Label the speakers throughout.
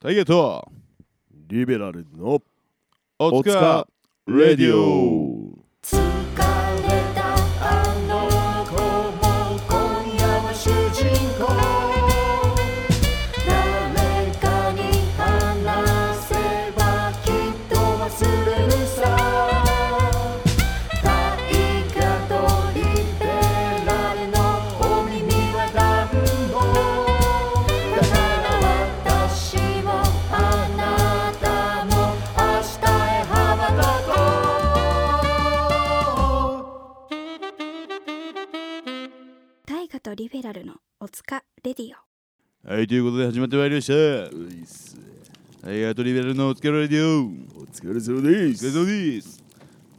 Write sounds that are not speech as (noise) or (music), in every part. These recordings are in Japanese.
Speaker 1: タイゲと
Speaker 2: リベラルの
Speaker 1: おつかレディオ
Speaker 3: 疲れたあの子も今夜は主人公誰かに話せばきっと忘れるさ大河とリベラルのお耳は暖房だから私もあなたも明日へ羽ばたこう
Speaker 4: 大河とリベラルのおつかレディオ
Speaker 1: はい、ということで始まってまいりました。
Speaker 2: ういっす
Speaker 1: タイゲとリベラルのおつかレディオ
Speaker 2: お疲れ様で
Speaker 1: お疲れ
Speaker 2: す
Speaker 1: 様です。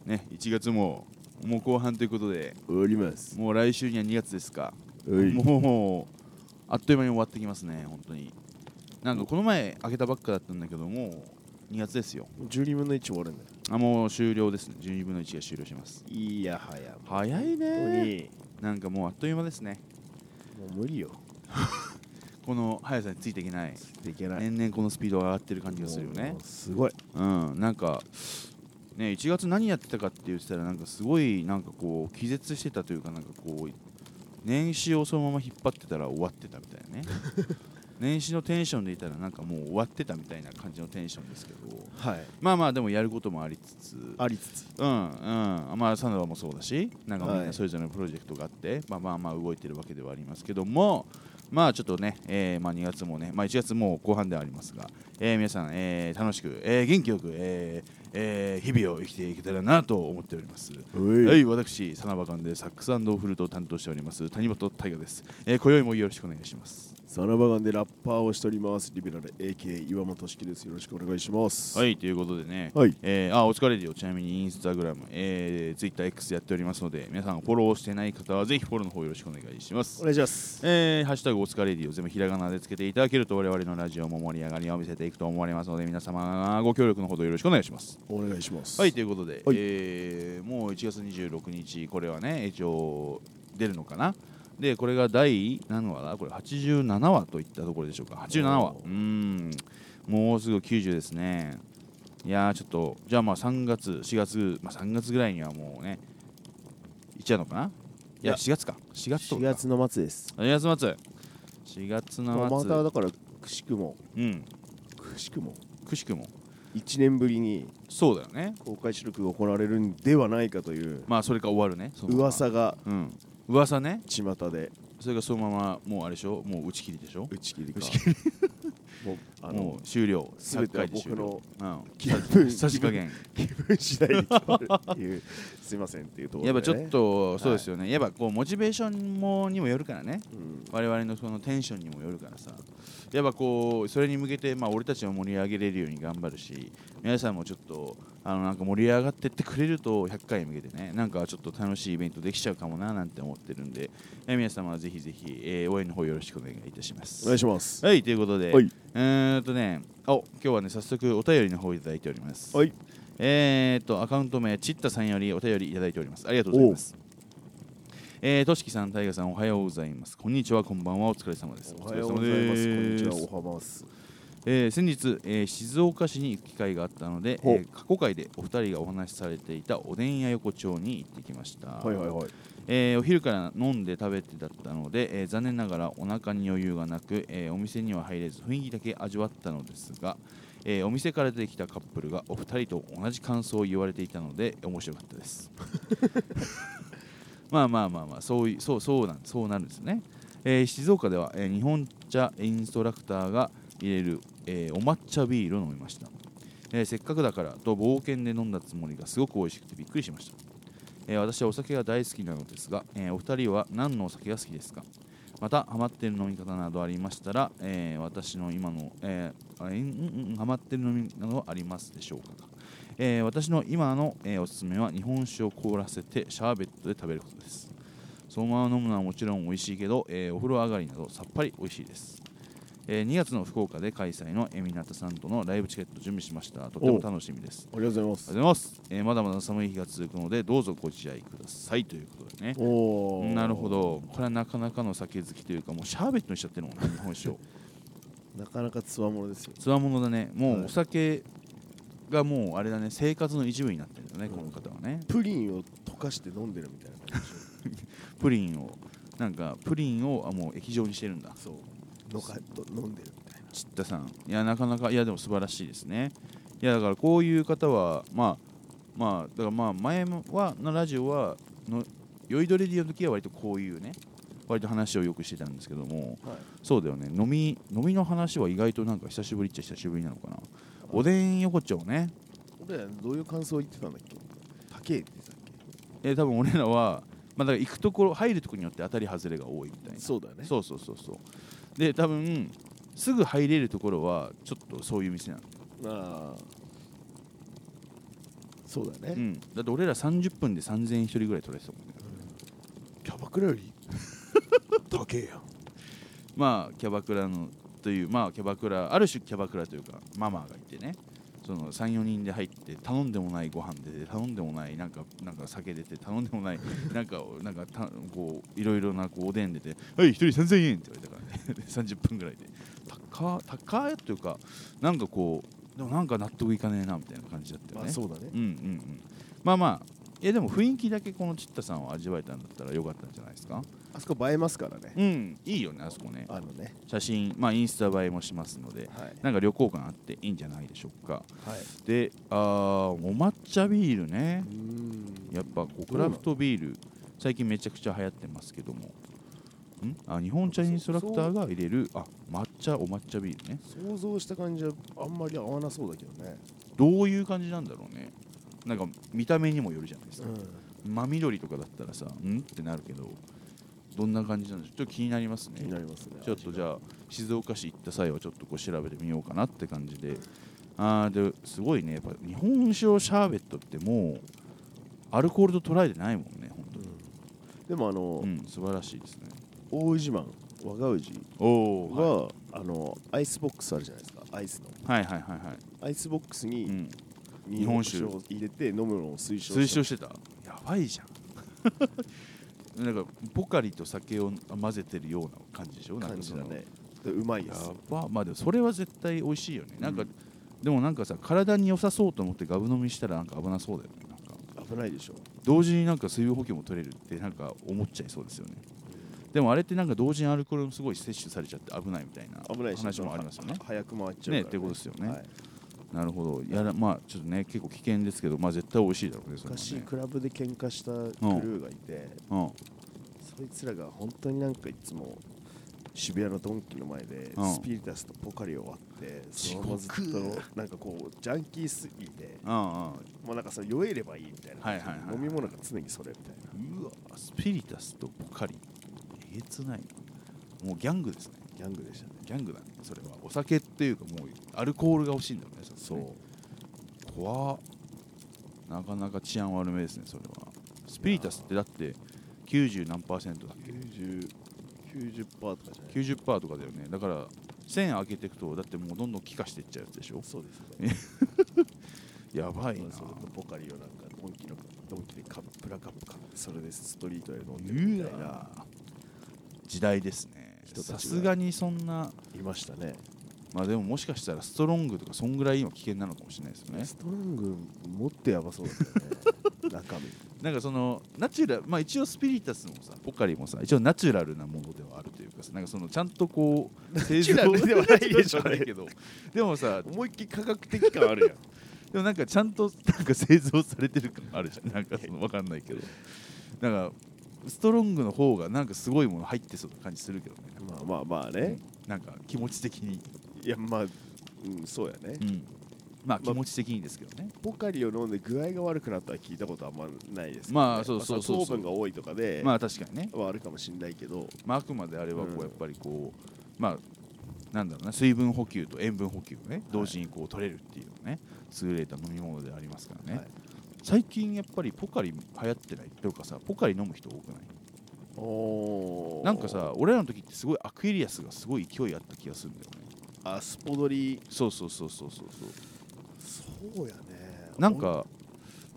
Speaker 1: ね、1月ももう後半ということで、
Speaker 2: 終わります
Speaker 1: もう来週には2月ですか。
Speaker 2: はい
Speaker 1: もうあっという間に終わってきますね、本当に。なんかこの前開けたばっかだったんだけども、2月ですよ。
Speaker 2: 12分の1終わるんだよ
Speaker 1: あ、もう終了ですね。12分の1が終了します。
Speaker 2: いやはや
Speaker 1: 早いね。なんかもうあっという間ですね。
Speaker 2: もう無理よ
Speaker 1: この速さについていけない。
Speaker 2: できない
Speaker 1: 年々このスピードが上がってる感じがするよね
Speaker 2: もう。すごい
Speaker 1: うん、なんか、ね、1月何やってたかって言ってたら、なんかすごい、なんかこう、気絶してたというか、なんかこう、年始をそのまま引っ張ってたら終わってたみたいなね。年始のテンションでいたら、なんかもう終わってたみたいな感じのテンションですけど、
Speaker 2: はい
Speaker 1: まあまあ、でもやることもありつつ、
Speaker 2: ありつつ
Speaker 1: うんうん、まあ、サンドバもそうだし、なんかみん
Speaker 2: は
Speaker 1: ないそれぞれのプロジェクトがあって、まあまあまあ動いてるわけではありますけども、まあちょっとね、えーまあ2月もね、まあ1月もう後半ではありますが、えー皆さん、えー楽しく、えー元気よく、えーえー日々を生きていけたらなと思っております。
Speaker 2: うい
Speaker 1: はい、私、サナバカンでサックスフルートを担当しております、谷本大河です。えー今宵もよろしくお願いします。
Speaker 2: サラバガンでラッパーをしておりますリベラル AK 岩本式ですよろしくお願いします
Speaker 1: はいい、ということでね、
Speaker 2: はい
Speaker 1: えーあお疲れでよ、ちなみにインスタグラム、えー、ツイッター X やっておりますので、皆さんフォローしてない方はぜひフォローの方よろしくお願いします
Speaker 2: お。願いします
Speaker 1: えー、ハッシュタグお疲れディを全部ひらがなでつけていただけると我々のラジオも盛り上がりを見せていくと思われますので皆様ご協力のほどよろしくお願いします。
Speaker 2: お願いします
Speaker 1: はいということで、
Speaker 2: はい
Speaker 1: えーもう1月26日これはね一応出るのかなでこれが第何話だこれ87話といったところでしょうか87話
Speaker 2: おー
Speaker 1: うーんもうすぐ90ですねいやーちょっとじゃあまあ3月4月、まあ、3月ぐらいにはもうねいっちゃうのかない
Speaker 2: い
Speaker 1: や
Speaker 2: や
Speaker 1: 4月か4月と
Speaker 2: 4
Speaker 1: か
Speaker 2: 月の末です
Speaker 1: 4月末4月
Speaker 2: まあ
Speaker 1: の
Speaker 2: ま
Speaker 1: 末、
Speaker 2: ただからくしくも
Speaker 1: うん
Speaker 2: くしくも
Speaker 1: くしくも
Speaker 2: 1年ぶりに
Speaker 1: そうだよね
Speaker 2: 公開収録が行われるんではないかという
Speaker 1: まあそれか終わるねそのまま
Speaker 2: 噂が
Speaker 1: うん噂ね
Speaker 2: 巷で
Speaker 1: それがそのままもうあれでしょもう打ち切りでしょ
Speaker 2: 打ち切りか
Speaker 1: 打ち
Speaker 2: もうあ
Speaker 1: も
Speaker 2: の
Speaker 1: う終了
Speaker 2: 全ては
Speaker 1: 100回で終了うん
Speaker 2: (laughs) 気分
Speaker 1: さじ加減
Speaker 2: 気分次第に決まるって (laughs) いうすいませんっていうとこ
Speaker 1: や
Speaker 2: ろ
Speaker 1: っぱち
Speaker 2: で、ね、
Speaker 1: ょっとそうですよね、やっぱこうモチベーションもにもよるからね
Speaker 2: うん、
Speaker 1: 我々のそのテンションにもよるからさやっぱこうそれに向けてまあ俺たちを盛り上げれるように頑張るし皆さんもちょっとあのなんか盛り上がってってくれると100回に向けてねなんかちょっと楽しいイベントできちゃうかもななんて思ってるんでえ皆様はぜひぜひ、えー応援の方よろしくお願いいたします
Speaker 2: お願いします
Speaker 1: はい、ということで、
Speaker 2: はいう
Speaker 1: ーんとね、あお今日はね、早速お便りの方いただいております。
Speaker 2: はい
Speaker 1: えーっと、アカウント名、ちったさんよりお便りいただいております。ありがとうございます。えー、としきさん、たいがさん、おはようございます。こんにちは、こんばんは、お疲れ様です。
Speaker 2: おはようございますこんにちは
Speaker 1: お疲れ様です
Speaker 2: おはます
Speaker 1: えー先日、えー静岡市に行く機会があったので、
Speaker 2: ほう
Speaker 1: えー過去回でお二人がお話しされていたおでん屋横丁に行ってきました。
Speaker 2: はいはいはい
Speaker 1: えーお昼から飲んで食べてだったので、えー残念ながらお腹に余裕がなく、えーお店には入れず雰囲気だけ味わったのですが、えーお店から出てきたカップルがお二人と同じ感想を言われていたので面白かったですまあまあまあまあそういそうそうなんそうなるんですね、えー静岡では、えー日本茶インストラクターが入れる、えーお抹茶ビールを飲みました、えーせっかくだからと冒険で飲んだつもりがすごく美味しくてびっくりしましたえー私はお酒が大好きなのですが、えーお二人は何のお酒が好きですかまたハマってる飲み方などありましたら、えー私の今の、えーあうんうんうんハマってる飲みなどありますでしょうか、えー私の今の、えーおすすめは日本酒を凍らせてシャーベットで食べることですそのまま飲むのはもちろん美味しいけど、えーお風呂上がりなどさっぱり美味しいです、えー2月の福岡で開催のエミナタさんとのライブチケット準備しましたとても楽しみです
Speaker 2: ありがとうござ
Speaker 1: ありがとうご
Speaker 2: いま
Speaker 1: ざいます、えーまだまだ寒い日が続くのでどうぞご自愛くださいということでね
Speaker 2: すおー
Speaker 1: なるほどこれはなかなかの酒好きというかもうシャーベットにしちゃってるもんね日本酒を
Speaker 2: なかなかつわものですよ。
Speaker 1: つわものだねも
Speaker 2: は
Speaker 1: う
Speaker 2: い
Speaker 1: お酒がもうあれだね生活の一部になってるんだね、この方はね
Speaker 2: プリンを溶かして飲んでるみたいな (laughs) 感じでし
Speaker 1: プリンをなんかプリンをあもう液状にしてるんだ
Speaker 2: ょそう。のかっと飲んでるみたいな。
Speaker 1: ちったさんいやなかなかいやでも素晴らしいですねいやだからこういう方はまあまあだからまあ前はのラジオはの酔いどれディオの時は割とこういうね割と話をよくしてたんですけども
Speaker 2: はい、
Speaker 1: そうだよね飲み飲みの話は意外となんか久しぶりっちゃ久しぶりなのかなおでん横丁ね
Speaker 2: 俺らどういう感想を言ってたんだっけ高えって言ってたっ
Speaker 1: えー多分俺らはまあだから行くところ入るところによって当たり外れが多いみたい
Speaker 2: け
Speaker 1: な
Speaker 2: そうだよね。
Speaker 1: そうそうそうそうで多分すぐ入れるところはちょっとそういう店なの、
Speaker 2: ああ。そうだ
Speaker 1: う
Speaker 2: ね。
Speaker 1: ん、だって俺ら30分で3000円1人ぐらい取れてたもんね
Speaker 2: キャバクラより高えやん。
Speaker 1: まあキャバクラのというまあキャバクラある種キャバクラというかママがいてねその34人で入って頼んでもないご飯で頼んでもないなんかなんか酒出て頼んでもないなんかなんかたこういろいろなこうおでん出て「はい1人3000円」って言われたからね (laughs) で30分ぐらいで高っ高いというかなんかこうでもなんか納得いかねえなみたいな感じだったよ
Speaker 2: ま
Speaker 1: ね、
Speaker 2: あそうだね
Speaker 1: う。んうんうんまあまあいやでも雰囲気だけこのちったさんを味わえたんだったらよかったんじゃないですか
Speaker 2: あそこ映えますからね。
Speaker 1: うんいいよねあそこね
Speaker 2: あのね。
Speaker 1: 写真、まあ、インスタ映えもしますので、
Speaker 2: はい。
Speaker 1: なんか旅行感あっていいんじゃないでしょうか。
Speaker 2: はい。
Speaker 1: で、あーお抹茶ビールね
Speaker 2: う、ーん。
Speaker 1: やっぱこうクラフトビール、最近めちゃくちゃ流行ってますけども、んあ日本茶インストラクターが入れる、あ抹茶、お抹茶ビールね、
Speaker 2: 想像した感じはあんまり合わなそうだけどね。
Speaker 1: どういう感じなんだろうね、なんか見た目にもよるじゃないですか、真緑とかだったらさ、んってなるけど、どんな感じなんでしょう、ちょっと気になりますね。
Speaker 2: 気になりますね。
Speaker 1: ちょっとじゃあ静岡市行った際はちょっとこう調べてみようかなって感じであーですごいねやっぱ日本酒をシャーベットってもうアルコールと捉えてないもんね本当に
Speaker 2: うんでもあの、
Speaker 1: うん素晴らしいですね
Speaker 2: 大宇治マン若宇治
Speaker 1: おお
Speaker 2: は
Speaker 1: は、
Speaker 2: あのアイスボックスあるじゃないですかアイスの
Speaker 1: い、はいはいはいはい
Speaker 2: アイスボックス
Speaker 1: う
Speaker 2: に
Speaker 1: ん、
Speaker 2: 日本酒を入れて飲むのを推奨
Speaker 1: 推奨
Speaker 2: し
Speaker 1: してたやばいじゃん (laughs) なんかポカリと酒を混ぜてるような感じでしょ
Speaker 2: た
Speaker 1: なん
Speaker 2: 感
Speaker 1: か
Speaker 2: じ
Speaker 1: そ
Speaker 2: だ
Speaker 1: の
Speaker 2: ねでうまいで
Speaker 1: や
Speaker 2: す
Speaker 1: ばまあでもそれは絶対美味しいよねなんか、
Speaker 2: うん
Speaker 1: でもなんかさ体に良さそうと思ってガブ飲みしたらなんか危なそうだよねなんか
Speaker 2: 危ないでしょ
Speaker 1: 同時になんか水分補給も取れるってなんか思っちゃいそうですよねでもあれってなんか同時にアルコールもすごい摂取されちゃって危ないみたいな
Speaker 2: 危ないし
Speaker 1: 話もありますよ (laughs) ね
Speaker 2: は早く回っちゃうから
Speaker 1: ねってことですよね
Speaker 2: はい
Speaker 1: なるほどやらまあちょっとね結構危険ですけどまあ絶対美味しいだろうねそれはね
Speaker 2: 昔クラブで喧嘩したクルーがいて、
Speaker 1: うん
Speaker 2: そいつらが本当になんかいつも渋谷のドンキの前で
Speaker 1: うん
Speaker 2: スピリタスとポカリを割って
Speaker 1: 地
Speaker 2: その
Speaker 1: 獄
Speaker 2: ままずっとなんかこうジャンキーすぎて
Speaker 1: うん
Speaker 2: もうなんかそれ酔えればいいみたいな、
Speaker 1: はいはいはい
Speaker 2: 飲み物が常にそれみたいな
Speaker 1: うんうわスピリタスとポカリえげつないなもうギャングですね
Speaker 2: ギャングでしたね
Speaker 1: ギャングだねそれはお酒っていうかもうアルコールが欲しいんだろうねそれはね怖っなかなか治安悪めですねそれはスピリタスってだって90何パーセントだっけ
Speaker 2: 90 90%とかじゃない
Speaker 1: 90%パーとかだよねだから線開けていくとだってもうどんどん気化していっちゃうやつでしょ
Speaker 2: そうです
Speaker 1: え
Speaker 2: ね
Speaker 1: (laughs) やばいな
Speaker 2: それとポカリをなんかドンキのドンキでカップラカップ買ってそれでストリートで飲んでるみ
Speaker 1: 言
Speaker 2: た
Speaker 1: う
Speaker 2: いな
Speaker 1: な時代ですね
Speaker 2: 人たち
Speaker 1: さ
Speaker 2: が
Speaker 1: すがにそんない
Speaker 2: ましたね
Speaker 1: まあでももしかしたらストロングとかそんぐらい今危険なのかもしれないですよね
Speaker 2: ストロングもっとやばそうだっ
Speaker 1: (laughs)
Speaker 2: たよね中身
Speaker 1: なんかそのナチュラルまあ一応スピリタスもさポカリもさ一応ナチュラルなものではあるというかさなんかそのちゃんとこう製
Speaker 2: チュラルではないでしょ
Speaker 1: ないけど (laughs) でもさ
Speaker 2: 思いっきり科学的感あるやん
Speaker 1: でもなんかちゃんとなんか製造されてる感あるじゃんなんかそのわかんないけどなんかストロングの方がなんかすごいもの入ってそうな感じするけどね
Speaker 2: まあまあまあね、
Speaker 1: なんか気持ち的に、
Speaker 2: いやまあ、うん、そうやね、
Speaker 1: うんまあ気持ち的にですけどね、
Speaker 2: ポカリを飲んで具合が悪くなったら聞いたことあんまないですけどね、
Speaker 1: まあそうそうそうそう
Speaker 2: 糖分が多いとかで、
Speaker 1: まあ確かにね、
Speaker 2: はあるかもしれないけど、
Speaker 1: まあ、あくまであれはこ
Speaker 2: うん
Speaker 1: うやっぱりこう、まあなんだろうな水分補給と塩分補給をね同時にこう取れるっていうね優れた飲み物でありますからね、
Speaker 2: はい
Speaker 1: 最近やっぱりポカリ流行ってないというかさポカリ飲む人多くない
Speaker 2: おー
Speaker 1: なんかさ俺らの時ってすごいアクエリアスがすごい勢いあった気がするんだよね
Speaker 2: あスポドリ
Speaker 1: そうそうそうそうそうそう
Speaker 2: そうやね
Speaker 1: なんか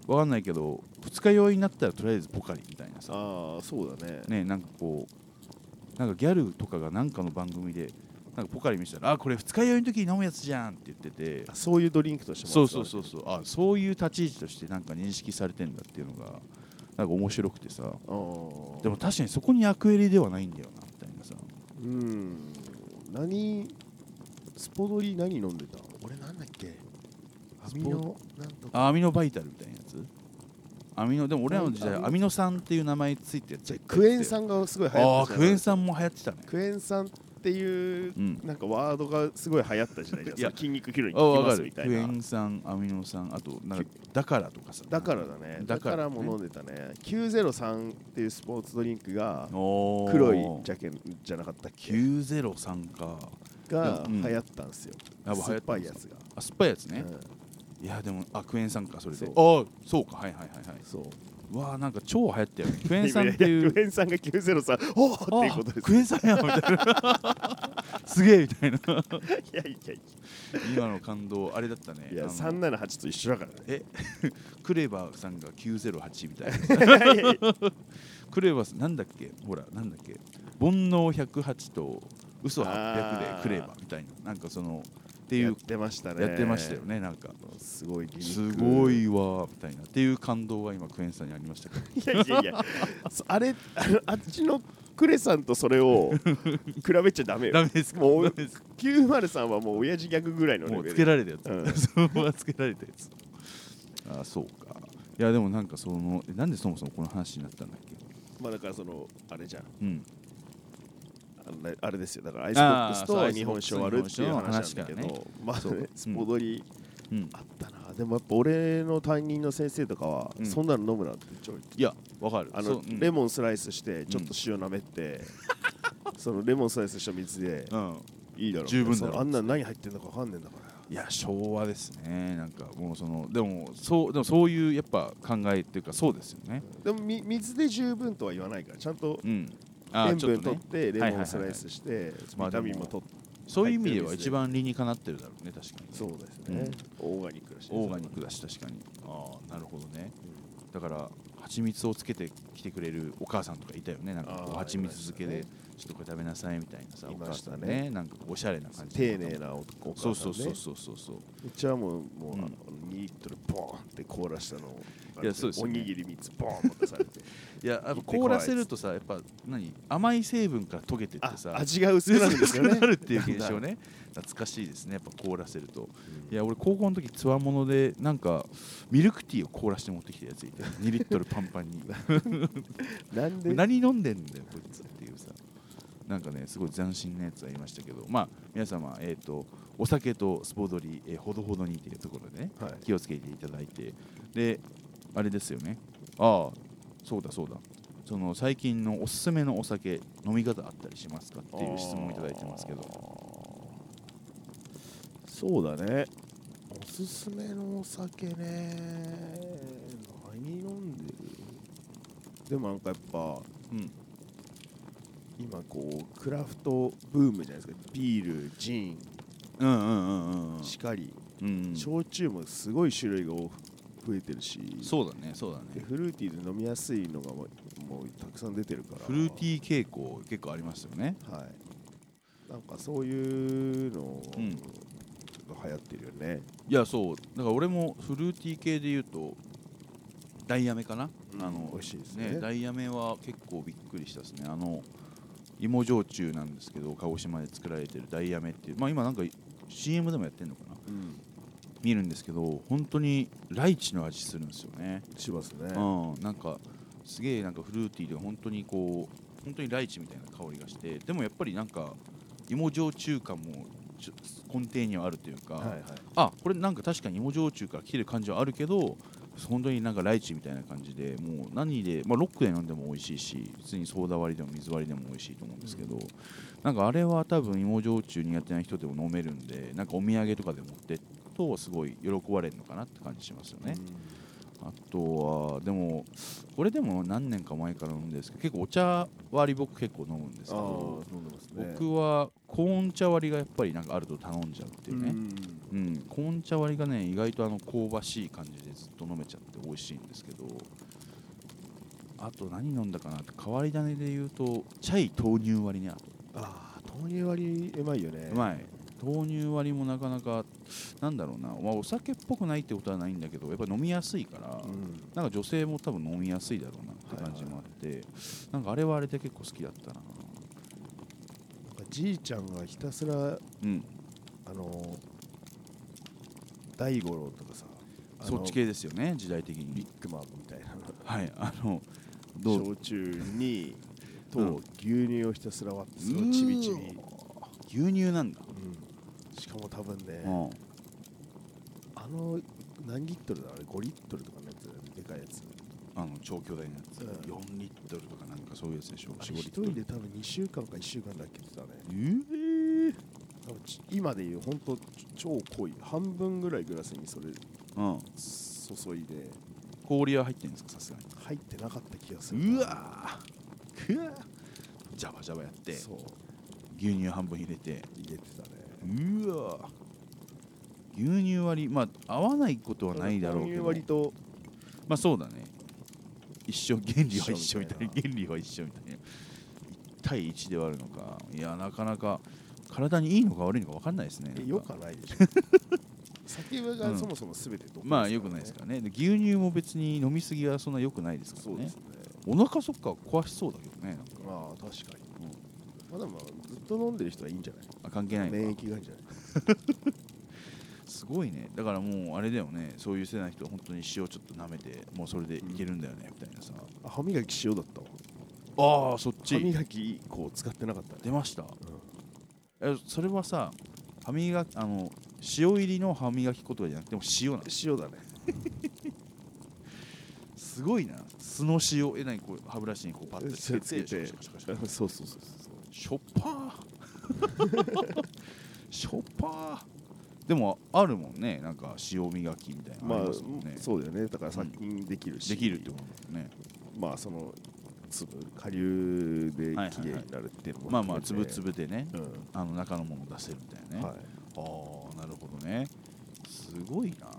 Speaker 1: わかんないけど二日酔いになったらとりあえずポカリみたいなさ
Speaker 2: ああそうだね
Speaker 1: ねなんかこうなんかギャルとかがなんかの番組でなんかポカリ見せたら「あこれ二日酔いの時に飲むやつじゃん」って言ってて
Speaker 2: あそういうドリンクとしても
Speaker 1: そうそうそううそうあそういう立ち位置としてなんか認識されてんだっていうのがなんか面白くてさ
Speaker 2: あ
Speaker 1: でも確かにそこにアクエリではないんだよなみたいなさ
Speaker 2: うん何スポドリ何飲んでた俺なんだっけアミノなんとか
Speaker 1: あアミノバイタルみたいなやつアミノでも俺らの時代
Speaker 2: なんだ
Speaker 1: アミノ酸っていう名前ついてやつ
Speaker 2: じゃあクエン
Speaker 1: ん
Speaker 2: 酸がすごい流行
Speaker 1: あ
Speaker 2: っ
Speaker 1: あ
Speaker 2: た
Speaker 1: クエン酸も流行ってたね
Speaker 2: クエン酸っていう
Speaker 1: うん
Speaker 2: なんかワードがすごい流行った時代じゃん
Speaker 1: いや
Speaker 2: その筋肉切るに
Speaker 1: あ
Speaker 2: 効き
Speaker 1: わ
Speaker 2: ま
Speaker 1: か
Speaker 2: す
Speaker 1: る
Speaker 2: みた
Speaker 1: ク
Speaker 2: い
Speaker 1: エ
Speaker 2: な
Speaker 1: ン酸アミノ酸あとなんかだからとかさ
Speaker 2: だからだねだ
Speaker 1: だ
Speaker 2: か
Speaker 1: からら
Speaker 2: も飲んでたね903っていうスポーツドリンクが
Speaker 1: おー
Speaker 2: 黒いジャケンじゃなかったっけ
Speaker 1: 903か
Speaker 2: が
Speaker 1: うん
Speaker 2: 流行ったんですよ
Speaker 1: やっぱ流行
Speaker 2: 酸っ
Speaker 1: った
Speaker 2: ぱ
Speaker 1: ん
Speaker 2: い
Speaker 1: で
Speaker 2: や
Speaker 1: す
Speaker 2: つが
Speaker 1: あ酸っぱいやつね
Speaker 2: う、ん
Speaker 1: いやでもあクエン酸かそれであ
Speaker 2: そう
Speaker 1: あーそうかはいはいはいは
Speaker 2: そう
Speaker 1: いわあなんか超流行ったよねクエン酸って (laughs) いう
Speaker 2: クエン酸が903おおって
Speaker 1: あ
Speaker 2: いうことです
Speaker 1: クエン酸やみたいなすげえみたいない (laughs)
Speaker 2: やいやい
Speaker 1: 今の感動あれだったね
Speaker 2: やいや
Speaker 1: あの
Speaker 2: 378と一緒だからね
Speaker 1: (laughs) クレバーさんが908みたい (laughs) な
Speaker 2: いやいや
Speaker 1: クレバーさんなんだっけほらなんだっけ煩悩108と嘘800
Speaker 2: あー
Speaker 1: でクレバーみたいななんかそのってい
Speaker 2: やっ
Speaker 1: う
Speaker 2: てましたね
Speaker 1: やってましたよねなんか
Speaker 2: すごいギミ
Speaker 1: す
Speaker 2: ック
Speaker 1: ごいわーみたいなっていう感動は今クエン酸にありましたけど
Speaker 2: いやいやいやそ (laughs) あれあのあっちのクレさんとそれを比べちゃダメ
Speaker 1: ダ
Speaker 2: よ
Speaker 1: メですか
Speaker 2: もう
Speaker 1: ダメですか
Speaker 2: 903はもう親父ギャグぐらいのレ
Speaker 1: もう
Speaker 2: ベ
Speaker 1: つ
Speaker 2: ル
Speaker 1: けられたやつ、
Speaker 2: うん
Speaker 1: そのままつけられたやつあー (laughs) そうかいやでもなんかそのえなんでそもそもこの話になったんだっけ
Speaker 2: まあだからそのあれじゃん
Speaker 1: うん
Speaker 2: あのねあれですよだからアイスボックス
Speaker 1: あーそう
Speaker 2: と
Speaker 1: アイ
Speaker 2: 日
Speaker 1: スボッ
Speaker 2: 本
Speaker 1: クス
Speaker 2: 酒を割るっていう話なんだけ
Speaker 1: 日本酒の話から
Speaker 2: どまあ
Speaker 1: そう
Speaker 2: ねスポドリ
Speaker 1: うん
Speaker 2: あったなでもやっぱ俺の担任の先生とかは
Speaker 1: うん
Speaker 2: そんなの飲むなってちょい
Speaker 1: いやわかる
Speaker 2: あ
Speaker 1: そう
Speaker 2: の
Speaker 1: うん
Speaker 2: レモンスライスしてちょっと塩なめてそのレモンスライスした水で
Speaker 1: うん
Speaker 2: いいだろう
Speaker 1: 十分だろ
Speaker 2: そのあんなの何入ってんのかわかんねえんだか
Speaker 1: いや昭和ですねなんかもうそのでもそうでもそういうやっぱ考えっていうかそうですよね
Speaker 2: らでもみ水で十分とは言わないからちゃんと
Speaker 1: うんあー
Speaker 2: 塩
Speaker 1: ちょっ
Speaker 2: 分
Speaker 1: と
Speaker 2: 取
Speaker 1: ね
Speaker 2: ってレ
Speaker 1: はいはいはい
Speaker 2: モンスライスして
Speaker 1: まあ
Speaker 2: ビ
Speaker 1: で
Speaker 2: タ
Speaker 1: も
Speaker 2: ミンも取って
Speaker 1: そういう意味では一番理にかなってるだろうね確かに
Speaker 2: そうですねオーガニックだしね
Speaker 1: オーガニックだし確かにああなるほどねだから蜂蜜をつけてきてくれるお母さんとかいたよねなんかこう
Speaker 2: あー
Speaker 1: 蜂蜜漬け
Speaker 2: い
Speaker 1: で
Speaker 2: ま
Speaker 1: ちょっとこれ食べなさいみたいなさ
Speaker 2: い
Speaker 1: お
Speaker 2: ま
Speaker 1: 母
Speaker 2: した
Speaker 1: さ
Speaker 2: ね
Speaker 1: んねなんかこうおしゃれな感じの
Speaker 2: 丁寧なおお母さん
Speaker 1: そ
Speaker 2: ね
Speaker 1: うそうそうそうそうそう
Speaker 2: うちはもうもうあ
Speaker 1: うん
Speaker 2: の2リットルボーンって凍らしたのを
Speaker 1: いやそうですよ
Speaker 2: お
Speaker 1: ね
Speaker 2: にぎり3つボーンと出さ
Speaker 1: (laughs)
Speaker 2: れて
Speaker 1: いややっぱ凍らせるとさやっぱ何甘い成分から溶けてって
Speaker 2: あ
Speaker 1: さ
Speaker 2: 味が薄くなるんですよね
Speaker 1: 薄くなるっていう現象
Speaker 2: (laughs)
Speaker 1: ね懐かしいですねやっぱ凍らせるといや俺高校の時つわものでなんかミルクティーを凍らして持ってきたやついて2リットルパンパン
Speaker 2: (laughs)
Speaker 1: に
Speaker 2: なんで
Speaker 1: 何飲んでんだよこいつっていうさなんかねすごい斬新なやつありましたけどまあ皆様えっ、とお酒とスポドリ、えーほどほどにっていうところでね
Speaker 2: はい
Speaker 1: 気をつけていただいてであれですよねああそうだそうだその最近のおすすめのお酒飲み方あったりしますかっていう質問をいただいてますけど
Speaker 2: そうだねおすすめのお酒ね何飲んでるでもなんかやっぱ
Speaker 1: うん
Speaker 2: 今こうクラフトブームじゃないですかビールジン
Speaker 1: うんうんうんうんうん
Speaker 2: しかり、
Speaker 1: うん
Speaker 2: 焼酎もすごい種類が多く増えてるし
Speaker 1: そうだねそうだ
Speaker 2: で
Speaker 1: ね
Speaker 2: フルーティーで飲みやすいのがもうもうたくさん出てるから
Speaker 1: フルーティー傾向結構ありましたよね
Speaker 2: はいなんかそういうの
Speaker 1: うん
Speaker 2: が流行ってるよね、
Speaker 1: いやそうだから俺もフルーティー系で言うとダイヤメかな、あの
Speaker 2: 美味しいですね
Speaker 1: ねダイヤメは結構びっくりしたですねあの芋焼酎なんですけど鹿児島で作られてるダイヤメっていうまあ今なんか CM でもやってんのかな
Speaker 2: うん、
Speaker 1: 見るんですけど本当にライチの味するんですよね、
Speaker 2: しますね
Speaker 1: うんなんかすげえなんかフルーティーで本当にこう本当にライチみたいな香りがしてでもやっぱりなんか芋焼酎感もちょ根底にはあるというか、
Speaker 2: はいはい
Speaker 1: あこれなんか確かに芋焼酎から来てる感じはあるけど本当になんかライチみたいな感じでもう何で、まあ、ロックで飲んでも美味しいし普通にソーダ割りでも水割りでも美味しいと思うんですけど、なんかあれは多分芋焼酎苦手な人でも飲めるんでなんかお土産とかで持ってとすごい喜ばれるのかなって感じしますよね、あとはでもこれでも何年か前から飲んでるんですけど結構お茶割り僕結構飲むんですけ
Speaker 2: ああ
Speaker 1: ど
Speaker 2: 飲んでますね
Speaker 1: 僕はコーン茶割りがやっぱりなんかあると頼んじゃうっていうね、うん、コーン茶割りがね意外とあの香ばしい感じでずっと飲めちゃって美味しいんですけどあと何飲んだかなって変わり種で言うとチャイ豆乳割りねあと
Speaker 2: ああ豆乳割りうまいよね
Speaker 1: うまい豆乳割りもなかなかなんだろうな、まあ、お酒っぽくないってことはないんだけどやっぱ飲みやすいから、
Speaker 2: うん
Speaker 1: なんか女性も多分飲みやすいだろうなって感じもあって、なんかあれはあれで結構好きだったな
Speaker 2: なんかじいちゃんがひたすら
Speaker 1: うん
Speaker 2: あの大五郎とかさあの
Speaker 1: そっち系ですよね時代的
Speaker 2: ビ
Speaker 1: に
Speaker 2: ッグマムみたいな
Speaker 1: はいあのどう
Speaker 2: 焼酎に
Speaker 1: う
Speaker 2: と
Speaker 1: ん
Speaker 2: 牛乳をひたすら割ってそれをちびちび、うん
Speaker 1: 牛乳なんだ、
Speaker 2: しかも多分ね、
Speaker 1: うん
Speaker 2: あの何リットルだあれ5リットルとかのやつだよねでかいやつ
Speaker 1: あの超巨大なやつ、
Speaker 2: うん
Speaker 1: 4リットルとかなんかそういうやつでしょ
Speaker 2: あ
Speaker 1: 4
Speaker 2: れ
Speaker 1: リ
Speaker 2: 一
Speaker 1: ットル
Speaker 2: 人で多分2週間か1週間だけってたね
Speaker 1: えー
Speaker 2: 多分ち今でいうほんと超濃い半分ぐらいグラスにそれ
Speaker 1: うん、
Speaker 2: 注いで
Speaker 1: 氷は入ってるんですかさすがに
Speaker 2: 入ってなかった気がする
Speaker 1: うわーくわージャバジャバやって
Speaker 2: そう
Speaker 1: 牛乳半分入れて
Speaker 2: 入れてたね
Speaker 1: うわー牛乳割りまあ合わないことはないだろうけ
Speaker 2: 豆乳
Speaker 1: ど
Speaker 2: 割りと
Speaker 1: まあそうだね一緒原理は一緒みたいな
Speaker 2: 一緒みたい
Speaker 1: 原理は一緒みたいな1対1で割るのかいやなかなか体にいいのか悪いのか分かんないですね
Speaker 2: え
Speaker 1: なん
Speaker 2: よ
Speaker 1: か
Speaker 2: くはない
Speaker 1: (laughs)
Speaker 2: でしょ酒
Speaker 1: う
Speaker 2: が
Speaker 1: ん
Speaker 2: そもそも全てどう
Speaker 1: まあよくないですからねで牛乳も別に飲みすぎはそんなよくないですか
Speaker 2: そ
Speaker 1: ら
Speaker 2: うで
Speaker 1: ね
Speaker 2: すね
Speaker 1: お腹そっか壊しそうだけどねなんか
Speaker 2: まあ確かに、まだまあずっと飲んでる人はいいんじゃない
Speaker 1: あ関係ないのか
Speaker 2: 免疫がいいんじゃない
Speaker 1: すごいねだからもうあれだよねそういう世代の人は本当に塩ちょっと舐めてもうそれでいけるんだよねみたいなさ
Speaker 2: あ歯磨き塩だったわ
Speaker 1: ああそっ
Speaker 2: 歯
Speaker 1: ち
Speaker 2: 磨きこう使ってなかったね
Speaker 1: 出ました
Speaker 2: うん
Speaker 1: えそれはさ歯磨きあの塩入りの歯磨き粉とかじゃなくても塩なの
Speaker 2: 塩だね
Speaker 1: (laughs) すごいな素の塩えなにこう歯ブラシにこうパッと
Speaker 2: つついて
Speaker 1: シャカシャカシャカシャカシャカ
Speaker 2: そうそうそう
Speaker 1: しょっぱー (laughs) しょっぱーでもあるもんねなんか塩磨きみたいなの
Speaker 2: ま
Speaker 1: り
Speaker 2: あ
Speaker 1: すもんね、
Speaker 2: そうだよねだから殺菌できるし
Speaker 1: できるってことだもんね
Speaker 2: まあその粒下流で
Speaker 1: はいはいはい
Speaker 2: きれいになるっていうのも
Speaker 1: まあまあつ
Speaker 2: 含め
Speaker 1: ぶ
Speaker 2: て
Speaker 1: つぶでね
Speaker 2: うん
Speaker 1: あの中のものを出せるみたいなね、
Speaker 2: はい
Speaker 1: ああなるほどねすごいな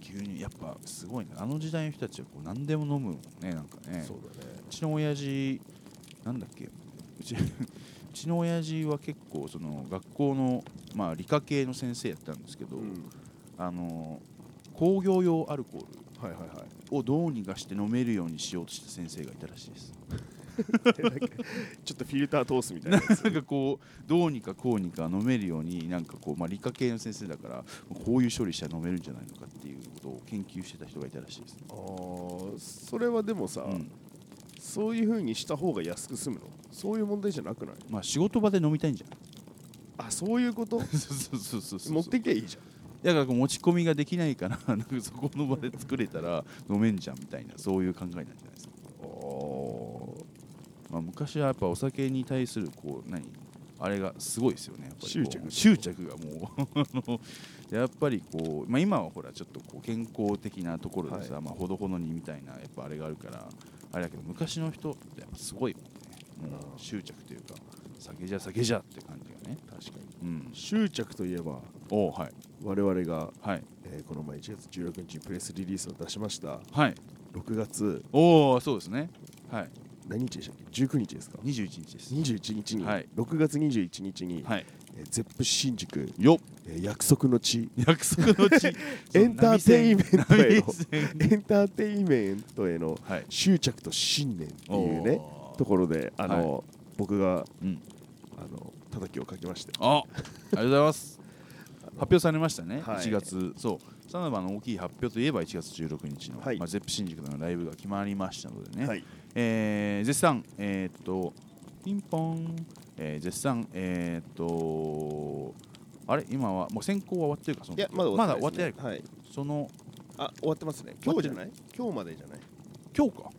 Speaker 1: 牛乳やっぱすごいなあの時代の人たちはこう何でも飲むもんねなんかね
Speaker 2: そうだね
Speaker 1: うちの親父なんだっけうち (laughs) うちの親父は結構その学校の、まあ、理科系の先生やったんですけど、
Speaker 2: うん
Speaker 1: あの工業用アルコール
Speaker 2: はいはいはい
Speaker 1: をどうにかして飲めるようにしようとした先生がいたらしい (laughs) です
Speaker 2: なんかちょっとフィルター通すみたいなやつ
Speaker 1: なんかこうどうにかこうにか飲めるようになんかこう、まあ、理科系の先生だからこういう処理したら飲めるんじゃないのかっていうことを研究してた人がいたらしいですね。
Speaker 2: (laughs) あーそれはでもさ、
Speaker 1: うん
Speaker 2: そういうふうにした方が安く済むのそういう問題じゃなくない
Speaker 1: まあ仕事場で飲みたいんじゃない
Speaker 2: あそういうこと
Speaker 1: そうそうそうそう
Speaker 2: (laughs) 持ってきゃいいじ
Speaker 1: だからこう持ち込みができないからなんかそこの場で作れたら (laughs) 飲めんじゃんみたいなそういう考えなんじゃないですか。
Speaker 2: ゃんお
Speaker 1: まあ、昔はやっぱお酒に対するこう何あれがすごいですよねやっぱりこう
Speaker 2: 執着
Speaker 1: 執着がもうあのやっぱりこう、 (laughs) まあ、今はほらちょっとこう健康的なところでさ、まあ、ほどほどにみたいなやっぱあれがあるからあれだけど昔の人ってやっぱすごいもんねも
Speaker 2: あ
Speaker 1: う
Speaker 2: ー
Speaker 1: 執着というか酒じゃ酒じゃって感じがね
Speaker 2: 確かに
Speaker 1: うん
Speaker 2: 執着といえば
Speaker 1: おうはい
Speaker 2: 我々が、
Speaker 1: はい
Speaker 2: えーこの前1月16日にプレスリリースを出しました
Speaker 1: はい
Speaker 2: 6月
Speaker 1: おおそうですねはい
Speaker 2: 何日でしたっけ19日ですか
Speaker 1: 21日です
Speaker 2: 21日に、
Speaker 1: はい
Speaker 2: 6月21日に、
Speaker 1: はい
Speaker 2: えーゼップ新宿、
Speaker 1: よっ
Speaker 2: えー約束の地
Speaker 1: 約束の地
Speaker 2: (laughs) エンターテインメントへの
Speaker 1: 波線
Speaker 2: エンターテインメントへの
Speaker 1: はい
Speaker 2: 執着と信念っていうね
Speaker 1: おー
Speaker 2: ところであの、僕が
Speaker 1: うん
Speaker 2: あの叩きをかけまして
Speaker 1: あ、ありがとうございます。発表されましたね。
Speaker 2: はい
Speaker 1: 1月、そう、サナバの大きい発表といえば1月16日の、
Speaker 2: はい
Speaker 1: まあゼップ新宿でのライブが決まりましたのでね。
Speaker 2: はい
Speaker 1: えー絶賛、えーっと、ピンポン、えー絶賛、えーっと。あれ今はもう選考は終わってるかその
Speaker 2: いやまだ
Speaker 1: まだ終わってな
Speaker 2: ないい
Speaker 1: か、
Speaker 2: ですねはい
Speaker 1: その
Speaker 2: あ終わってますね今日じゃない今日までじゃない
Speaker 1: 今日か
Speaker 2: こ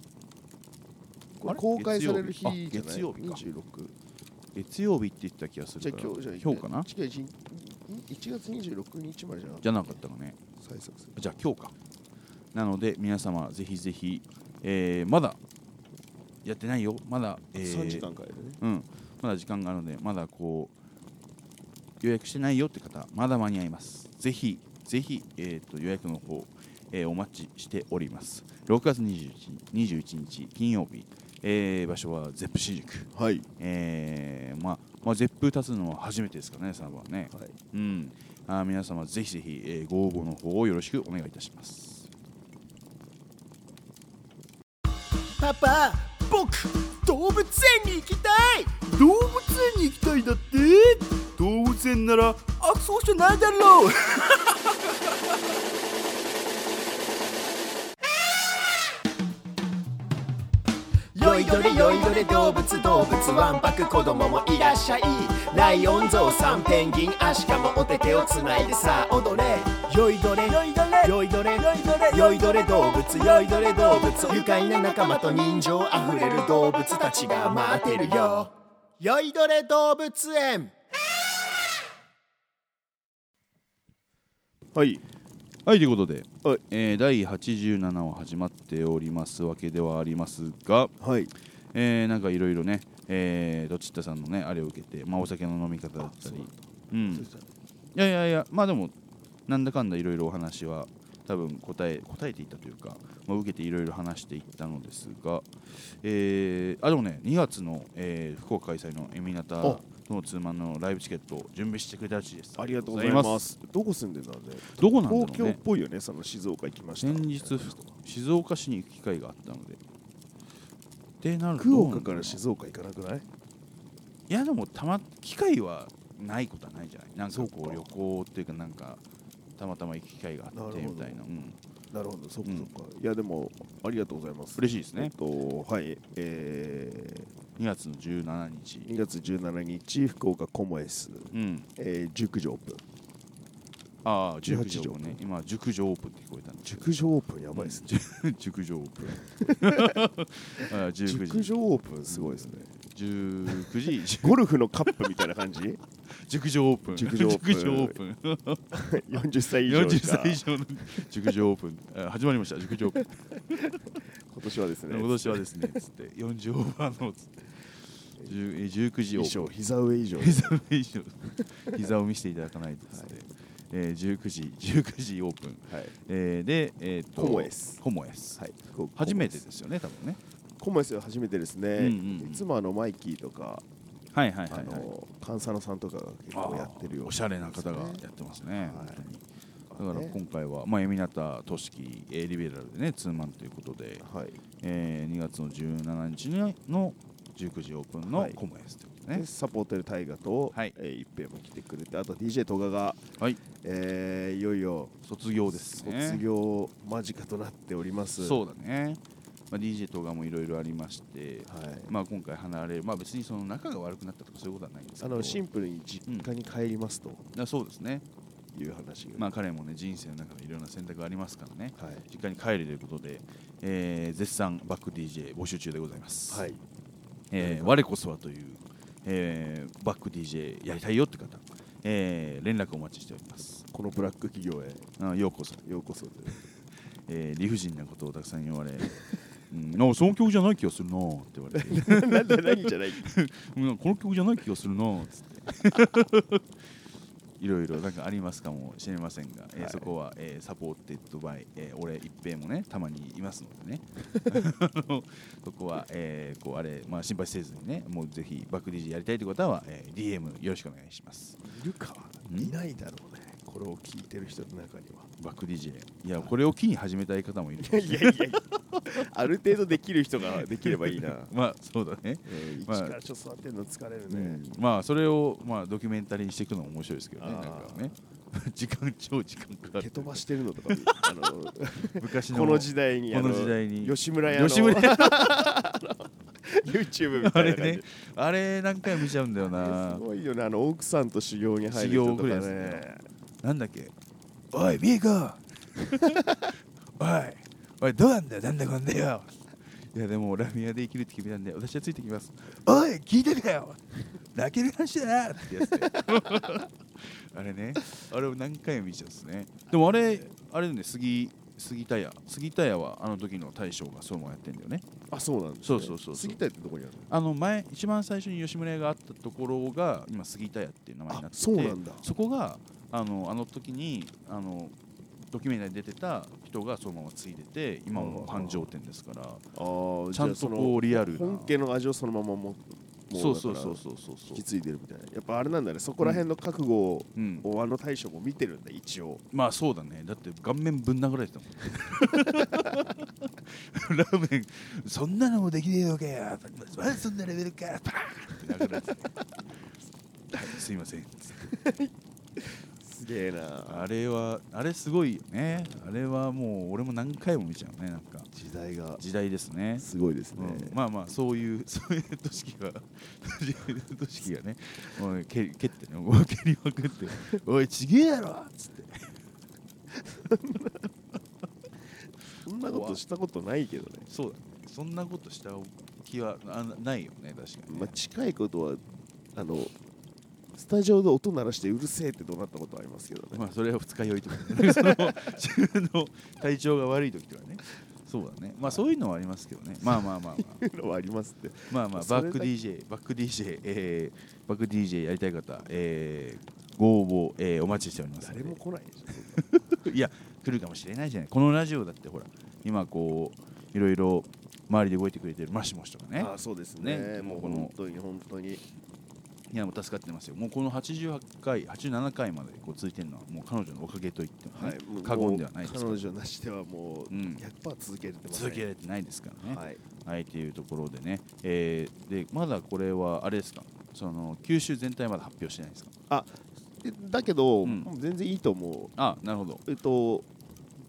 Speaker 1: あ
Speaker 2: れ
Speaker 1: れ
Speaker 2: 公開される日じゃない
Speaker 1: 月曜日あ月
Speaker 2: 26
Speaker 1: 月曜日って言った気がす
Speaker 2: じ
Speaker 1: る
Speaker 2: ゃ
Speaker 1: か
Speaker 2: あ
Speaker 1: ら
Speaker 2: 今日じゃ
Speaker 1: 今日かな
Speaker 2: 違う1月26日までじゃな
Speaker 1: じゃなかったかね
Speaker 2: 最速する
Speaker 1: じゃあ今日か。なので皆様ぜひぜひ、えーまだやってないよ。まだ、えー
Speaker 2: 3時間かえるね
Speaker 1: うん。まだ時間があるので、まだこう予約してないよって方、まだ間に合います。ぜひぜひ、えー、と予約の方、えーお待ちしております。6月21日 ,21 日金曜日、えー場所はゼップ新宿、
Speaker 2: はい
Speaker 1: えーまあまあ、ゼップ立つのは初めてですかね3番ね、
Speaker 2: はい
Speaker 1: うん、あー皆様ぜひぜひ、えーご応募の方をよろしくお願いいたします
Speaker 5: パパ僕動物園に行きたい
Speaker 6: 動物園に行きたいだって動物園ならあそうじゃないだろう
Speaker 5: (laughs) よいどれよいどれ動物動物わんぱく子供もいらっしゃいライオンゾウさんペンギンアシカもお手手をつないでさあ踊れよいどれよいどれよいどれよいどれよいどれ動物よいどれ動物愉快な仲間と人情あふれる動物たちが待ってるよよいどれ動物園
Speaker 2: はい
Speaker 1: はいということで、
Speaker 2: はい
Speaker 1: えー第87話始まっておりますわけではありますが、
Speaker 2: はい
Speaker 1: えーなんかいろいろね、えー、どっちったさんのねあれを受けて、まあ、お酒の飲み方だったりう、ん、いやいやいやまあでもなんだかんだいろいろお話は多分答え答えていたというか、まあ、受けていろいろ話していったのですが、えーあでもね2月の、えー福岡開催のエミナタ
Speaker 2: お
Speaker 1: のツーマンのライブチケットを準備してくれたらしいです
Speaker 2: ありがとうございますどこ住んでたんで
Speaker 1: どこなんだろうね
Speaker 2: 東京っぽいよねその静岡行きました
Speaker 1: 先日ふ静岡市に行く機会があったのでってなると
Speaker 2: 福岡
Speaker 1: どうな
Speaker 2: か
Speaker 1: んだろう
Speaker 2: ら静岡行かなくない
Speaker 1: いやでもたま機会はないことはないじゃないなんか
Speaker 2: そう
Speaker 1: こう
Speaker 2: か
Speaker 1: 旅行っていうかなんかたまたま行く機会があって
Speaker 2: なる
Speaker 1: み
Speaker 2: ほど
Speaker 1: たいなうん
Speaker 2: なるほどそっか
Speaker 1: うん
Speaker 2: そっか、いやでもありがとうございます
Speaker 1: 嬉しいですね
Speaker 2: えっとはいえ
Speaker 1: 2月の17日
Speaker 2: ー、2月17日福岡コモエス、
Speaker 1: うん
Speaker 2: えー、熟女オープン
Speaker 1: ああ熟
Speaker 2: 18
Speaker 1: 女をね今熟女オープンって聞こえたんで
Speaker 2: 熟女オープンやばいですね、
Speaker 1: ね熟女オープン
Speaker 2: (laughs)
Speaker 1: ああ19
Speaker 2: 熟
Speaker 1: 時
Speaker 2: 女オープンすごいですね、
Speaker 1: 19時
Speaker 2: ゴルフのカップみたいな感じ (laughs)
Speaker 1: 熟女オープン
Speaker 2: 熟女オープン
Speaker 1: 熟女オープン
Speaker 2: 40歳以上
Speaker 1: 40
Speaker 2: か
Speaker 1: 歳以上の熟女オープンあ始まりました熟女オ
Speaker 2: (laughs)
Speaker 1: ープン
Speaker 2: 今年はですね
Speaker 1: 今年はですねつって40オーバーのつって10えー19時オープ
Speaker 2: 衣
Speaker 1: ン
Speaker 2: 装膝上以上
Speaker 1: 膝を見せ膝を見せていただかないとですね、えー、19時19時オープン、
Speaker 2: はい
Speaker 1: えーで、えー、と
Speaker 2: コモエス
Speaker 1: コモエス、
Speaker 2: はい福岡
Speaker 1: 初めてですよね多分ね
Speaker 2: コモエスは初めてですね、
Speaker 1: んうんうん
Speaker 2: いつもあのマイキーとか、
Speaker 1: はいはい
Speaker 2: あの関佐野さんとかが結構やってるような
Speaker 1: おしゃれな方がやってますね、
Speaker 2: はい
Speaker 1: 本当に
Speaker 2: ね
Speaker 1: だから今回は、まあ、海老名俊樹えーリベラルでねツーマンということで、
Speaker 2: はい
Speaker 1: えー、2月の17日にの19時オープンの
Speaker 2: はい
Speaker 1: コモエスということで
Speaker 2: で
Speaker 1: ね、
Speaker 2: サポーテル大河と、
Speaker 1: はい
Speaker 2: えー一平も来てくれてあと DJ 戸賀が、
Speaker 1: はい
Speaker 2: えーいよいよ
Speaker 1: 卒業ですね
Speaker 2: 卒業間近となっております
Speaker 1: そうだね、まあ、DJ 動画もいろいろありまして、
Speaker 2: はい
Speaker 1: まあ、今回離れる、まあ、別にその仲が悪くなったとかそういうことはないんです
Speaker 2: あ
Speaker 1: けど
Speaker 2: のシンプルに実家に帰りますと
Speaker 1: だそうですね、
Speaker 2: いう話が、
Speaker 1: まあ、彼もね人生の中でいろんな選択がありますからね
Speaker 2: はい、
Speaker 1: 実家に帰るということで、えー絶賛バック DJ 募集中でございます、
Speaker 2: はい、
Speaker 1: えー我こそはという、えーバック DJ やりたいよって方、えー連絡お待ちしております
Speaker 2: このブラック企業へ
Speaker 1: あようこそ、
Speaker 2: ようこそという
Speaker 1: えー理不尽なことをたくさん言
Speaker 2: (laughs)
Speaker 1: われ、うん、なんかその曲じゃない気がするなーって言われて (laughs)
Speaker 2: なんで何じゃない
Speaker 1: うん (laughs) この曲じゃない気がするなっつって (laughs) いろいろなんかありますかもしれませんが、えー
Speaker 2: はい
Speaker 1: そこは、えーサポーテッドバイ、えー俺一平もねたまにいますのでね (laughs) あのそこは、えーこうあれ、まあ、心配せずにねもうぜひバック DJ やりたいという方は、えー DM よろしくお願いします
Speaker 2: いるか
Speaker 1: ん
Speaker 2: いないだろうねこれを聞いてる人の中には
Speaker 1: バック DJ いやこれを機に始めたい方もいる
Speaker 2: いやいや (laughs) いやある程度できる人ができれば (laughs) いいな
Speaker 1: (laughs) まあそうだね、
Speaker 2: えー一
Speaker 1: まあ
Speaker 2: からちょっと座ってんの疲れる
Speaker 1: う
Speaker 2: ね
Speaker 1: ん、まあそれを、まあ、ドキュメンタリーにしていくのも面白いですけどね
Speaker 2: あ
Speaker 1: な
Speaker 2: ー
Speaker 1: んかね (laughs) 時間超時間かか
Speaker 2: 蹴
Speaker 1: る
Speaker 2: 飛ばしてるのとか (laughs) あの
Speaker 1: 昔の
Speaker 2: この時代にあ
Speaker 1: この時代に
Speaker 2: 吉村屋の
Speaker 1: 吉村屋
Speaker 2: YouTube (laughs) み
Speaker 1: あ
Speaker 2: た
Speaker 1: れ
Speaker 2: いな感じ
Speaker 1: ね、あれ何回も見ちゃうんだよ
Speaker 2: す
Speaker 1: な。
Speaker 2: ごいよねあの奥さんと修行に入る人とか
Speaker 1: 修行ぐらい
Speaker 2: ね
Speaker 1: でなんだっけ、おい、ミー
Speaker 2: (laughs)
Speaker 1: コおい、おい、どうなんだよ、なんだこんだよ。いや、でもラーメン屋で生きるって決めたんで、私はついてきます。おい、聞いてるかよ泣ける話だなってやつ
Speaker 2: (laughs)
Speaker 1: であれね、あれを何回も見ちゃうんですね。でもあれ、あれね、杉、杉田屋。杉田屋はあの時の大将がそうもやってんだよね。
Speaker 2: あそうなんです、ね、
Speaker 1: そうそうそうそう
Speaker 2: 杉田ってどこにある
Speaker 1: あの前一番最初に吉村屋があったところが今杉田屋っていう名前になってて
Speaker 2: あそうなんだ
Speaker 1: そこがあのあの時にあのドキュメンタリーに出てた人がそのまま継いでて今も繁盛店ですから
Speaker 2: ああ
Speaker 1: ちゃんとこうリアルな
Speaker 2: 本家の味をそのままもも
Speaker 1: そうそう
Speaker 2: だ
Speaker 1: そ
Speaker 2: から
Speaker 1: うそうそうそ
Speaker 2: 引
Speaker 1: う
Speaker 2: き継いでるみたいなやっぱあれなんだねそこら辺の覚悟を、
Speaker 1: うん、
Speaker 2: おあの大将も見てるんだ一応
Speaker 1: まあそうだねだって顔面ぶん殴られてた
Speaker 2: (laughs)
Speaker 1: もんラーメンそんなのもできねえのかよそんなレベルかパーンって殴られてた (laughs) はいすいません
Speaker 2: すげえな
Speaker 1: あれはあれすごいよねあれはもう俺も何回も見ちゃうねなんか
Speaker 2: 時代が
Speaker 1: 時代ですね
Speaker 2: すごいですね、
Speaker 1: うんまあまあそういう (laughs) そういう都市が都市がねおい蹴蹴ってねもう蹴りまくって (laughs) 「おいちげえやろ!」っつって
Speaker 2: (laughs) そんなことしたことないけどね
Speaker 1: そうだねそんなことした気はあないよね確かにね、
Speaker 2: まあ、近いことはあのスタジオで音鳴らしてうるせえって怒鳴ったことありますけどね、
Speaker 1: まあそれは二日酔いとかね (laughs) その自分の体調が悪い時とかねそうだねまあそういうのはありますけどねまあまあまあまあ
Speaker 2: いうのはありますって
Speaker 1: まあまあ
Speaker 2: それ
Speaker 1: バ
Speaker 2: だ
Speaker 1: ック DJ バック DJ、えー、バック DJ やりたい方、えー、ご応募、えー、お待ちしておりますので
Speaker 2: 誰も来ないでし
Speaker 1: (laughs) いや来るかもしれないじゃないこのラジオだってほら今こういろいろ周りで動いてくれてるマシモシとか
Speaker 2: ょ
Speaker 1: ね
Speaker 2: ああそうです
Speaker 1: ね
Speaker 2: ねもう
Speaker 1: この
Speaker 2: 本当に本当に
Speaker 1: いやもう助かってますよもうこの88回87回までこう続いてるのはもう彼女のおかげと言っても、ね
Speaker 2: もう
Speaker 1: 過言ではないですから
Speaker 2: 彼女なしではもう
Speaker 1: うん
Speaker 2: 100%続けれてます、
Speaker 1: 続けられてないですからねはい、
Speaker 2: はい
Speaker 1: っていうところでね、えーでまだこれはあれですかその九州全体まだ発表してないんですか
Speaker 2: でだけど、
Speaker 1: うん
Speaker 2: もう全然いいと思
Speaker 1: あなるほど
Speaker 2: うえっと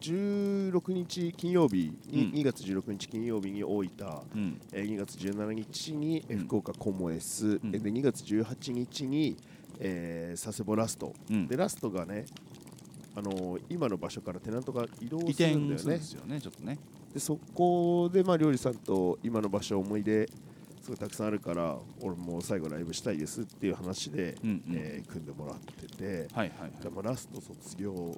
Speaker 2: 16日金曜日に、
Speaker 1: うん
Speaker 2: 2月16日金曜日に大分、
Speaker 1: うん
Speaker 2: えー2月17日にえ
Speaker 1: う
Speaker 2: ー
Speaker 1: ん
Speaker 2: 福岡コモエス、
Speaker 1: うん
Speaker 2: えーで2月18日に、えー佐世保ラスト、
Speaker 1: うん
Speaker 2: でラストがね、あのー今の場所からテナントが移動
Speaker 1: 移
Speaker 2: す
Speaker 1: 転
Speaker 2: るんだよ
Speaker 1: するん
Speaker 2: ね
Speaker 1: ですよねちょっとね
Speaker 2: でそこでまあ料理さんと今の場所思い出すごいたくさんあるから俺もう最後ライブしたいですっていう話で、
Speaker 1: うんうん
Speaker 2: えー組んでもらってて、
Speaker 1: はいはいはい
Speaker 2: でまあラスト卒業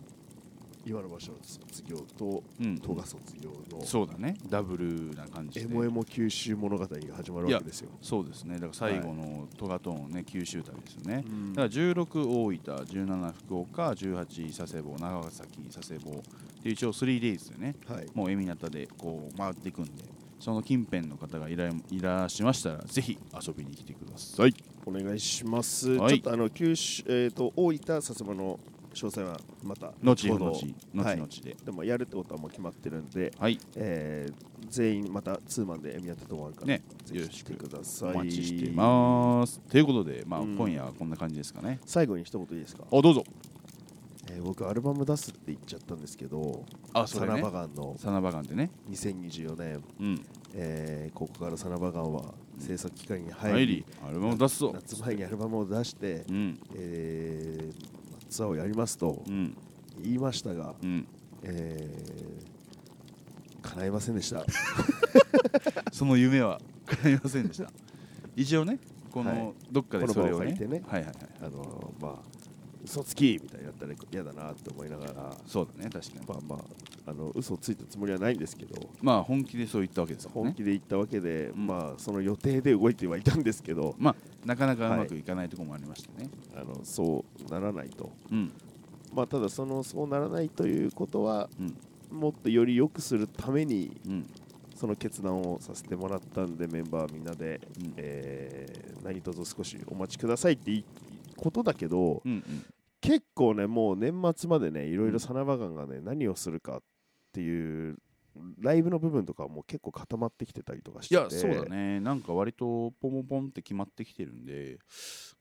Speaker 2: 今の場所の卒業と
Speaker 1: うん
Speaker 2: 戸賀卒業の、
Speaker 1: そうだねダブルな感じ
Speaker 2: エ
Speaker 1: で
Speaker 2: モエモ九州物語が始まるわけですよ。
Speaker 1: そうですねだから最後のトガトーンね九州旅ですよね、
Speaker 2: うん
Speaker 1: だから16大分17福岡18佐世保長崎佐世保で一応 3days でね
Speaker 2: はい
Speaker 1: もう海ナタでこう回っていくんでその近辺の方がいらいらしましたらぜひ遊びに来てください
Speaker 2: お願いします。
Speaker 1: はい
Speaker 2: ちょっとあの九州えっ、と大分薩摩の詳細はまた
Speaker 1: 後々
Speaker 2: ほど
Speaker 1: 後
Speaker 2: はい
Speaker 1: 々で
Speaker 2: でもやるってことはもう決まってるんで、
Speaker 1: はい、
Speaker 2: えー全員またツーマンでやってと終わるから
Speaker 1: ね
Speaker 2: ぜひ来てください。
Speaker 1: お待ちしてますということでまあ
Speaker 2: うん
Speaker 1: 今夜はこんな感じですかね、
Speaker 2: 最後に一言いいですか。
Speaker 1: あどうぞ
Speaker 2: えー僕アルバム出すって言っちゃったんですけど、
Speaker 1: あそ
Speaker 2: サ
Speaker 1: れ
Speaker 2: ナ
Speaker 1: ね
Speaker 2: バガンの
Speaker 1: サナバガンでね
Speaker 2: 2024年、
Speaker 1: うん
Speaker 2: えーここからサナバガンは制作期間に入り、
Speaker 1: 入りアルバム出すぞ
Speaker 2: 夏前にアルバムを出して、
Speaker 1: うん
Speaker 2: えーツアーをやりますと
Speaker 1: うん
Speaker 2: 言いましたが。
Speaker 1: うん
Speaker 2: えー、叶いません
Speaker 1: (laughs)
Speaker 2: でした。
Speaker 1: その夢は叶いませんでした。 (laughs) 一応ね、この、
Speaker 2: はい
Speaker 1: どっかでそれを
Speaker 2: この場を
Speaker 1: ね
Speaker 2: 借りてね
Speaker 1: はいはいはい。
Speaker 2: あのー、まあ嘘つきみたいになったら嫌だなって思いながら、
Speaker 1: そうだね、確かに。
Speaker 2: まあまああの嘘をついたつもりはないんですけど、
Speaker 1: まあ本気でそう言ったわけですから
Speaker 2: 本
Speaker 1: ね。
Speaker 2: 気で言ったわけで、
Speaker 1: うん
Speaker 2: まあその予定で動いてはいたんですけど、
Speaker 1: まあなかなかうまくいかないところもありましたね。
Speaker 2: あのそうならないと。
Speaker 1: うん
Speaker 2: まあただそのそうならないということは、
Speaker 1: うん
Speaker 2: もっとより良くするために
Speaker 1: うん
Speaker 2: その決断をさせてもらったんでメンバーみんなで、
Speaker 1: うん
Speaker 2: えー何卒少しお待ちくださいっていことだけど、
Speaker 1: うんうん。
Speaker 2: 結構ねもう年末までねいろいろサナバガンがね、何をするかっていうライブの部分とかはもう結構固まってきてたりとかし
Speaker 1: い
Speaker 2: てて
Speaker 1: やそうだね、なんか割とポンポンって決まってきてるんで、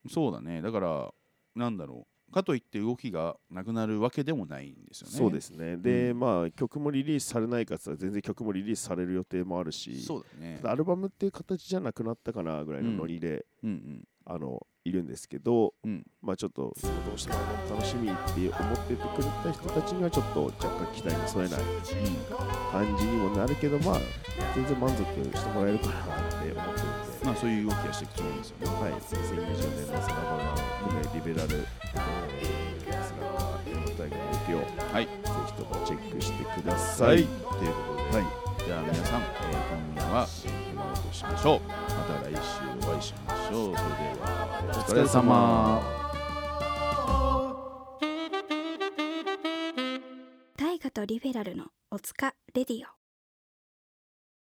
Speaker 1: そうだね。だからなんだろう。かといって動きがなくなるわけでもないんですよね。
Speaker 2: そうですねで、まあ曲もリリースされないかっつったら全然曲もリリースされる予定もあるし
Speaker 1: そうだね
Speaker 2: た。だアルバムっていう形じゃなくなったかなぐらいのノリで、
Speaker 1: うん
Speaker 2: あのいるんですけど
Speaker 1: うんうん。
Speaker 2: まあちょっとそのどうしても楽しみって思っててくれた人たちにはちょっと若干期待に添えない感じにもなるけどまあ全然満足してもらえるかなって思ってるんで、
Speaker 1: まあそういう動きはしていくと思うんですよね。
Speaker 2: はい、2020年のサラバガンを含めリベラル、えー、スラッガー、エモタイガーの動きをぜ
Speaker 1: はい。
Speaker 2: ひともチェックしてくださ。
Speaker 1: はいい、ということで、じゃあ皆さん、えー今夜はこのとしましょう。また来週お会いしましょう。それではお疲れ様。
Speaker 4: 大河リベラルのおつかレディオ